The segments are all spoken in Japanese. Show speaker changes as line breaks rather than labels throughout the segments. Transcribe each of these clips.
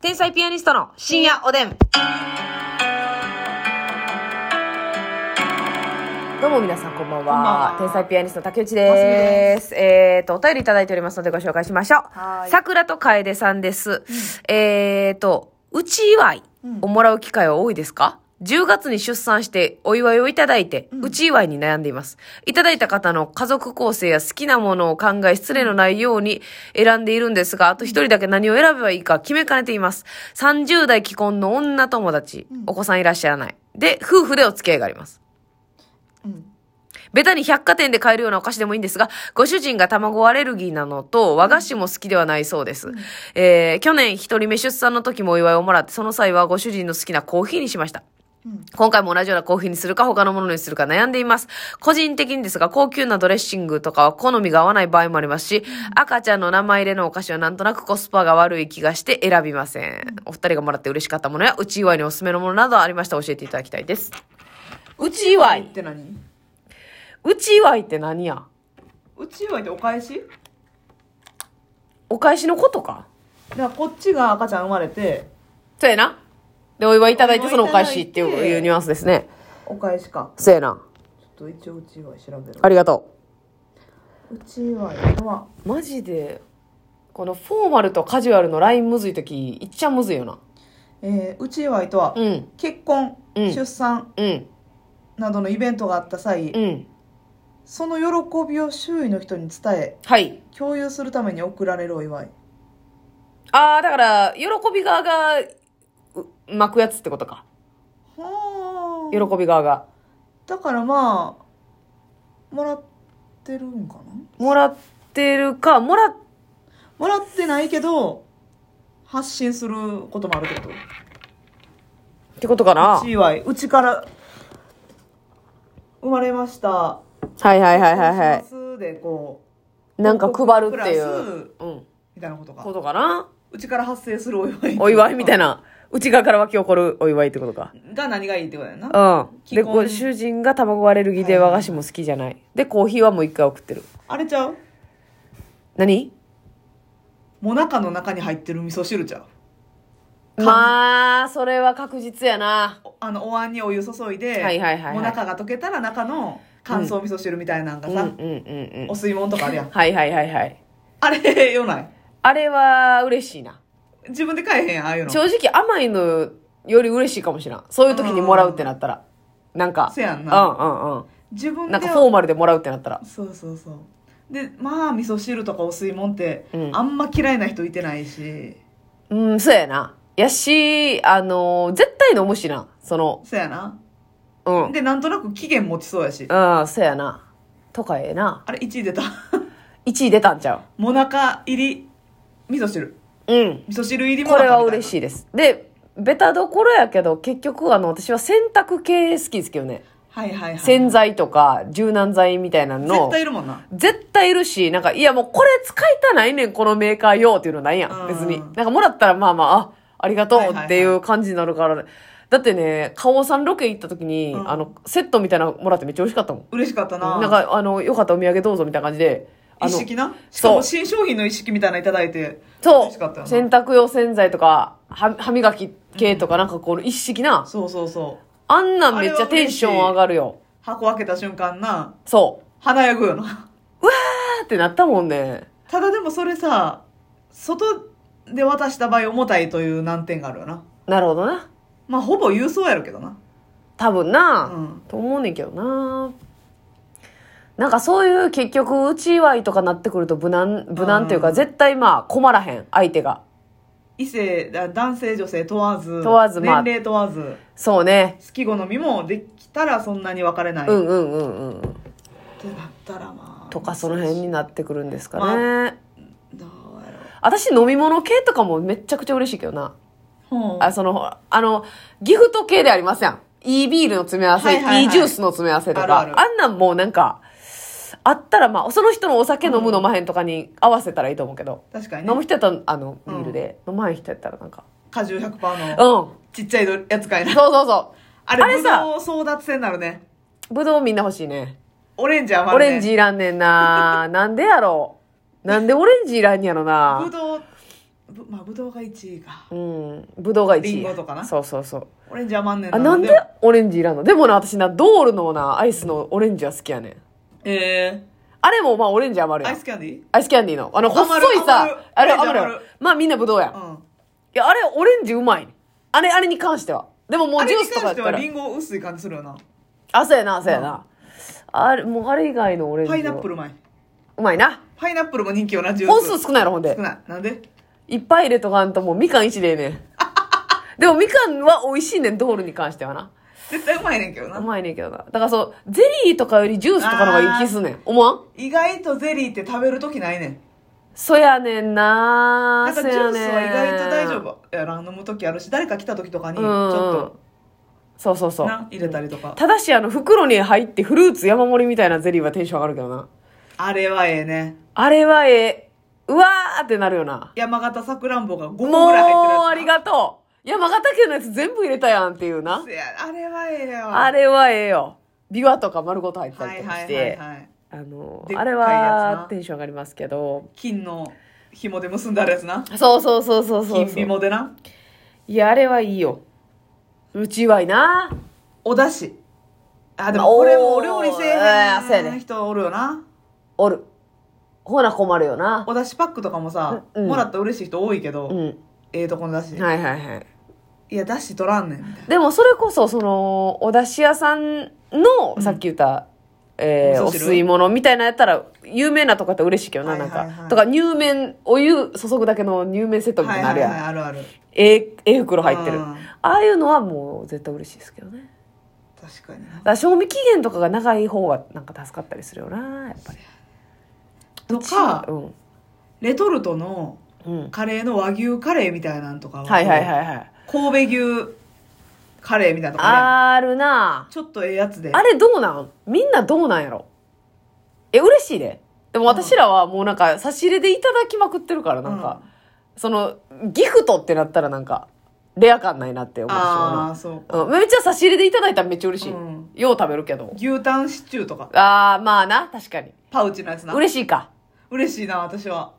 天才ピアニストの深夜おでん。どうも皆さんこんばんは。
こんばんは
天才ピアニストの竹内です。えっ、と、お便りいただいておりますのでご紹介しましょ。
はいう
桜と楓さんです。えっ、と、うち祝いをもらう機会は多いですか、10月に出産してお祝いをいただいて、うち祝いに悩んでいます。いただいた方の家族構成や好きなものを考え、失礼のないように選んでいるんですが、あと一人だけ何を選べばいいか決めかねています。30代既婚の女友達、お子さんいらっしゃらない。で、夫婦でお付き合いがあります。
うん。
ベタに百貨店で買えるようなお菓子でもいいんですが、ご主人が卵アレルギーなのと、和菓子も好きではないそうです。えー去年一人目出産の時もお祝いをもらって、その際はご主人の好きなコーヒーにしました。
うん
今回も同じようなコーヒーにするか他のものにするか悩んでいます。個人的にですが、高級なドレッシングとかは好みが合わない場合もありますし、赤ちゃんの名前入れのお菓子はなんとなくコスパが悪い気がして選びません。お二人がもらって嬉しかったものや、うち祝いにおすすめのものなどありましたら教えていただきたいです。うち祝い
って何
うち祝いって何や
うち祝いってお返し
お返しのことか
だからこっちが赤ちゃん生まれて、
そうやな。で、お祝いいただいて、
お
そ
祝い
の
い
お
ただ
返
いて
しっていういうニュアンスですね。
お返しか。
そうやな。
ちょっと一応うち祝い調べる。
ありがと
うち祝いは、
う。マジで、このフォーマルとカジュアルのラインむずいとき、いっちゃむずいよな。
えー、うち祝いとは、
うん、
結婚、
うん
出産
うん、
などのイベントがあった際、
うん。
その喜びを周囲の人に伝え、
はい。
共有するために贈られるお祝い。
あー、だから、喜び側が、う巻くやつってことか。
は
喜び側が。
あ。だからまあ、もらってるんかな
もらってるか、もらっ、
もらってないけど、発信することもあるってこと
てことかな
う。ち祝い。うちから、生まれました。
はいはいはいはいは
こうしますで、こ
い。なんか配るってい
報告
う。うん。
う、みたいなことか
こ。とかな。
うちから発生するお祝い。
お祝いみたい
な。
な。内側から湧き起こるお祝いってことか。
が何がいいってことやな。
うん。
既
で、
婚
ご主人が卵アレルギーで
はい
和菓子も好きじゃない。で、コーヒーはもう一回送ってる。
あれちゃう
何
もなかの中に入ってる味噌汁ちゃう
まあ、それは確実やな。
おあの、お椀にお湯注いで、
はいはいはいはい
もなかが溶けたら中の乾燥味噌汁みたいなのが
うんうん
さ、
うんうん
お。吸い物とかあるやん。
はいはいはいはい。
あれ、よない。
あれは嬉しいな。
自分で買えへんやん、ああいうの。
正直甘いのより嬉しいかもしれん。そういう時にもらうってなったら。なんか。
せやんな
うんうん
自
う
分
ん。
で。
なんかフォーマルでもらうってなったら。
そうそうそうでまあ味噌汁とかお吸い物って、
うん
あんま嫌いな人いてないし
うん、そうやな。やし、あのー絶対飲むしな。その、
そやな
うん。
でなんとなく期限持ちそうや
う
し
ん、そうやな。とかええな。
あれ1位出た
1位出たんちゃ
もなか入り味噌汁
ううん。
味噌汁入りも
こ
なか
れ
みたいな
は嬉しいです。で、ベタどころやけど、結局、あの、私は洗濯系好きですけどね。
はいはいはい
洗剤とか、柔軟剤みたいなの。
絶対いるもんな
絶対いるし、なんか、いやもうこれ使いたないねん、このメーカー用っていうのないや、
うんん
別に。なんかもらったらまあまあ、あ、ありがとう
はいはいはい
っていう感じになるから。だってね、花王さんロケ行った時に、
うん
あの、セットみたいなのもらってめっちゃ美味しかったもん。
嬉しかったな
なんか、あの、よかったらお土産どうぞみたいな感じで。あ
一
の
式なしか
そ
も
う
新商品の一式みたいなのいただいて
そ
嬉しかったよ
う。
な
洗濯用洗剤とか、は歯磨き系とか、なんかこの一式な、
そうそうそう
あんなんめっちゃテンション上がるよ。
箱開けた瞬間な
そ
華やぐよな
う。あーってなったもんね。
ただでもそれさ外で渡した場合重たいという難点があるよな
なるほどな。
まあほぼ郵送やるけどな
多分な、
うん
と思うねんけどな。なんかそういう結局、うち祝いとかなってくると無難、無難というか、
うん
絶対まあ困らへん、相手が。
異性だ男性女性問わず
問わずまあ
年齢問わず
そうね。
好き好みもできたらそんなに分かれない、
う
っ
んうんうんうんうん。
てなったらまあ
とかその辺になってくるんですかね。
どうやろう
私飲み物系とかもめちゃくちゃ嬉しいけどな。
ほう
あ、その、あの、ギフト系でありますやん。いいビールの詰め合わせ、
はいいはいはい
い、ジュースの詰め合わせとか。あ
あるある
んなんもうなんか、あったらまあ、その人のお酒飲む飲まへんとかに合わせたらいいと思うけど。
確か
飲
に
む
ね
人やったら、あの、ビ
うん
ールで、飲まへん人やったらなんか。
果汁
う
100%
ん。
の
そ
ちっちゃいやつかいうな
そうそ
あれ
あれさ
ぶどう争奪戦になるね
う。ぶどうみんな欲しいね。
オレンジは
オ
るね
レンジ いらんねんな。なんでやろう。なんでオレンジいらんやろ
ぶ
な。
どうぶまあぶどうが1位か
うん。ぶどうが1位。
リンゴとかな
そうそうそう。
オレンジ余んねん
あ、なんで
でも
オレンジいらんのでもな、私な、ドールのな、アイスのオレンジは好きやねん。
え
あれもまあオレンジ余
ー、
る
ア
や
イ
ん
ス。キャンディ
アイスキャンディーの。あの、
余る
細い
余
さ
る、
あれ
オレンジ
余るや
余
ろ。まあみんなぶどうやん。い
うん
や、あれオレンジうまいねん。あれ、あれに関しては。でもも
あ
うジ
れ
ュー
に
スと
関
かや
し
ってた
は
ら
リ。ンゴ薄い感じするよな
あ、そうやな、そうやな。あれ、もうあれ以外のオレンジ
パ
は。
イナップルうまいう
まいな。
パイナップルも人気よなジュー
本
ス
数少ないやろ、ほんで
少。ないなんで
いっぱい入れとかんともうみかん一でええ ねん。でもみかんは美味しいねん、ドールに関してはな。
絶対うまいねんけど
う
な
まいねんけどな。だからそう、ゼリーとかよりジュースとかの方がいい気すんねん。思わん
意外とゼリーって食べるときないねん
そやねんな
なんかジ
そ
ュ
や
ー
ね
ス
ん
は意外と大丈夫やら飲むときあるし誰か来たときとかにち
うんうん
ょっ
そうそうそ
と
う。
な入れたりとか
ただし、あの、袋に入ってフルーツ山盛りみたいなゼリーはテンション上がるけどな。
あれはええね
あれはええ。うわーってなるよな。
山形さくらんぼが5個
もう、
ぐらい入ってるやつ
ありがとう。山形県のやつ全部入れたやんっていうな。
せやあれはええよ
あれはええよ。ビワとか丸ごと入った
は
り
い
とか
は
し
いはい
て。
はい
あの
で、っか
あ
いや
れ
つな
はテンション上がりますけど。
金の紐で結んであるやつな
そうそうそうそうそう
金
そう。
紐でない
や、あれはいいよ。うちはいいな。
おだしあでもこれも
お
お
ー
料理せ
あーそうや
えへ
ね
ん人おるよな
おる。ほな困るよな。
おだしパックとかもさ
うん
もらったら嬉しい人多いけ
う
ど
ん。
ええとこのだし
はいはいはい。
いやだし取らんねんみたいな
でもそれこそ、その、お出汁屋さんの、さっき言った、えー
お
お
味噌汁
吸い物みたいなやったら、有名なとかやって嬉しいけどな、
はい
な
は
ん
いはい
か。とか、入麺、お湯注ぐだけの入麺セットみたいなのあるやん。
はいはいはい、あるある
ええ、ええ袋入ってる。
うん
ああいうのはもう絶対嬉しいですけどね。
確かにな
だから賞味期限とかが長い方がなんか助かったりするよなやっぱり
とか
うん
レトルトの
うん
カレーの和牛カレーみたいなんとかは
はいはいはいはい
神戸牛カレーみたいなとこあるやん
あるな
ちょっとええやつで
あれどうなんみんなどうなんやろえ嬉しいででも私らはもうなんか差し入れでいただきまくってるからなんか、そのギフトってなったらなんかレア感ないなって思ってし
あ
ま
あそう
うな、うん、めっちゃ差し入れでいただいたらめっちゃ嬉しい、
うん
よう食べるけど
牛タンシチューとか
ああまあな確かに
パウチのやつな
嬉しいか
嬉しいな私は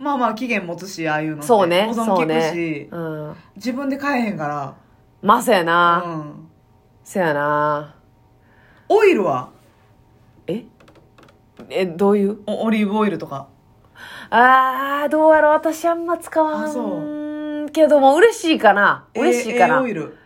まあまあ期限持つしああいうのって
そうね
保存
そう
効くし、
ねうん
自分で買えへんから
まあそうやな、
うん、
そうやな
オイルは
ええどういう
おオリーブオイルとか
あーどうやろう私あんま使わ
あ
んけども嬉しいかな嬉しいか
えーえ
な、
ーオイル、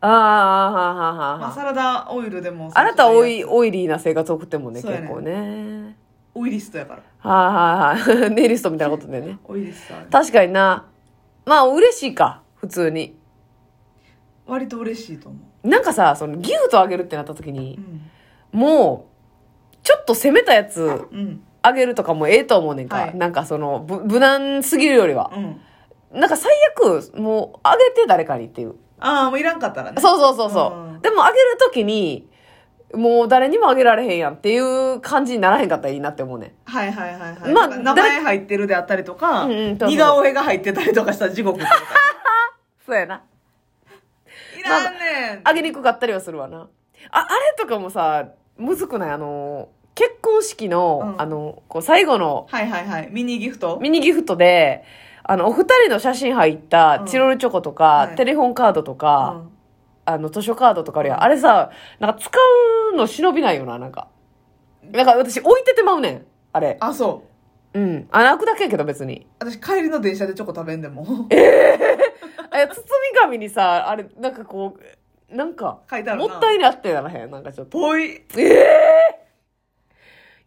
あーあーあーあーあー
まあ、
あー
サラダオイルでも
あなたオイ
そっちのや
オイリーな生活送ってんもんね
そうやね
結構ね
つオイリストやから
はいはいはい ネイリストみたいなことでね
オイリストはね
確かになまあ嬉しいか普通に
割と嬉しいと思
なんかさそのギフトあげるってなった時に
ううん、
もうちょっと攻めたやつ
うん
あげるとかもええと思うねんか、
はい
なんかそのぶ無難すぎるよりは
うん、
なんか最悪、もう、あげて誰かにっていう。
ああもういらんかったらね
そうそうそうそうう。
ん
でも、あげるときに、もう誰にもあげられへんやんっていう感じにならへんかったらいいなって思うね。
はいはいはいはい、
まあ
なんか名前入ってるであったりとか、
うんうんそうそう
似顔絵が入ってたりとかしたら地獄ってことか
そうやな。
いらんねん、
あげにくかったりはするわな。あ、あれとかもさ、むずくないあの、結婚式の、
うん
あの、こう、最後の
はいはいはいミニギフト
ミニギフトで、あの、お二人の写真入った
うん
チロルチョコとか、
はい
テレホンカードと
う
か、
ん
あの、図書カードとかあるやん。あれさ、なんか使うの忍びないよな、なんか。なんか私置いててまうねん。あれ。
あそう
うん。あ、泣くだけやけど別に。
私帰りの電車でチョコ食べんでも
あいや包み紙にさ、あれ、なんかこう、なんか、
書いてある
も
な
ったいなってならへん。なんかちょっと。
ぽい
ええ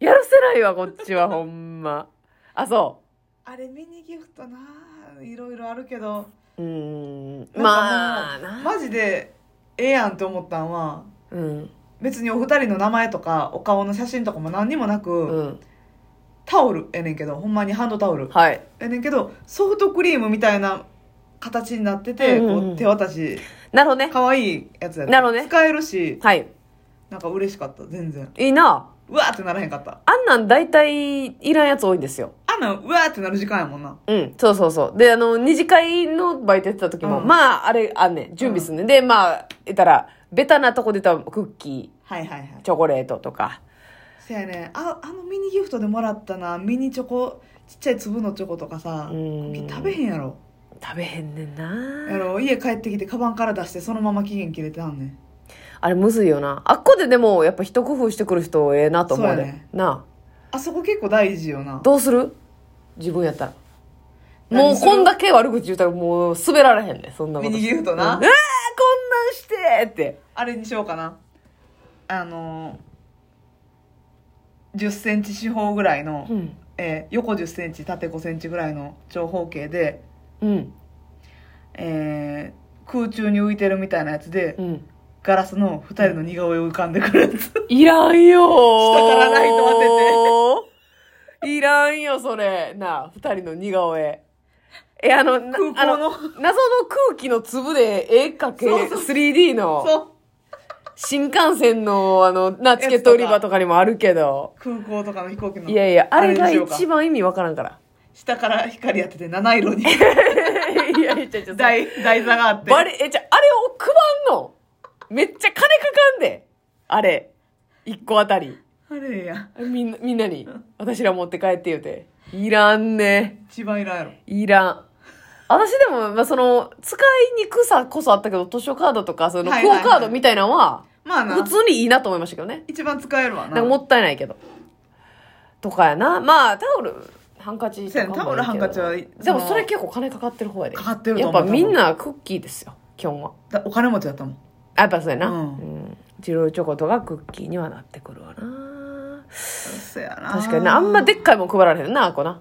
やるせないわ、こっちは、ほんま。あ、そ
あれミニギフトないろいろあるけど
う。うーん。
なんかもう
まあ、な。
マジでええやんって思ったんは
うん。
別にお二人の名前とかお顔の写真とかも何にもなく、
うん。
タオルやねんけどほんまにハンドタオル
はい。
やねんけどソフトクリームみたいな形になってて、
うんうんうん
こう手渡し
なるほどね。
可愛いやつやった
なるほどね
使えるし
はい。
なんか嬉しかった全然
いいな。
うわーってならへんかった
あんなん大体いらんやつ多いんですよ。
あんなんうわーってなる時間やもんな
うん、そうそうそう。で、あの、二次会のバイトやってた時も、
うん
まあ、あれ、あんねん、準備すんねん。で、まあ、言ったら、ベタなとこで言ったら、クッキ
はいはいはい
ー、チョコレートとか。
せやねああのミニギフトでもらったなミニチョコちっちゃい粒のチョコとかさ、
うん
食べへんやろ。
食べへんねん
や
な
ろ、家帰ってきて、カバンから出して、そのまま期限切れてはんねん。
あれむずいよなあっこででもやっぱ一工夫してくる人ええなと思う
そう
で、
やね
な
あそこ結構大事よな
あ。どうする自分やったらも
何
う
する
こんだけ悪口言うたらもう滑られへんねんそんなこと
ミニギフトな
うんうわーこんなんしてって
あれにしようかな。あのー、10センチ四方ぐらいの、
うん
えー横10センチ、縦5センチぐらいの長方形で、
うん
えー空中に浮いてるみたいなやつで、
うん
ガラスの二人の似顔絵を浮かんでくるやつ。
いらんよー
下からライト当
てて。いらんよ、それ。なあ、二人の似顔絵。え、あの、な
空
あ
港の
謎の空気の粒で絵描け、
そうそう
3D の、
そう。
新幹線の、あの、な、チケット売り場とかにもあるけど。
空港とかの飛行機の。
いやいや、あれが
にしようか
一番意味わからんから。
下から光やってて七色に
いやいや、ちょちょ、
台、台座があって。
バレ、え、じゃ、あれを配んのめっちゃ金かかんで。あれ。一個あたり。
あれや。
みんな、みんなに、私ら持って帰って言うて。いらんね。
一番いらんやろ。
いらん。私でも、まあ、その、使いにくさこそあったけど、図書カードとか、その、ク
はい
オ
はいはい
カードみたいなのは、
まあな
普。通にいいなと思いましたけどね。
一番使えるわな。
なんかもったいないけど。とかやな。まあ、タオル、ハンカチとかもいいけど
そうやねタオルハンカチはいい
でも
その
それ結構金かかってる方やで。
かかってると
やっ
思う
ぱみんなクッキーですよ、基本は。
だお金持ちだったもん。
あやっぱそうやな。う
うん
ん。ジローチョコとかクッキーにはなってくるわな。
そやな。
確かにな。あんまでっかいもん配られへんな、あこな。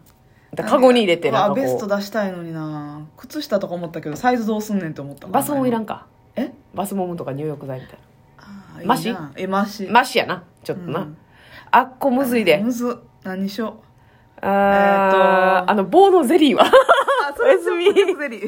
だからカゴに入れて
うわ
なんかこう
ベスト出したいのにな。靴下とか思ったけど、サイズどうすんねんって思った。
バスもいらん。か。
え
バスモムとか入浴剤みたい
あーいいな
マシ
え、マシ。
な。マシやな。ちょっとな。
うん
あっこむずいで。
むず。何しよう。
あー
えーと
あの、棒のゼリーは。
あ、
おやすみ
プリンセスゼリー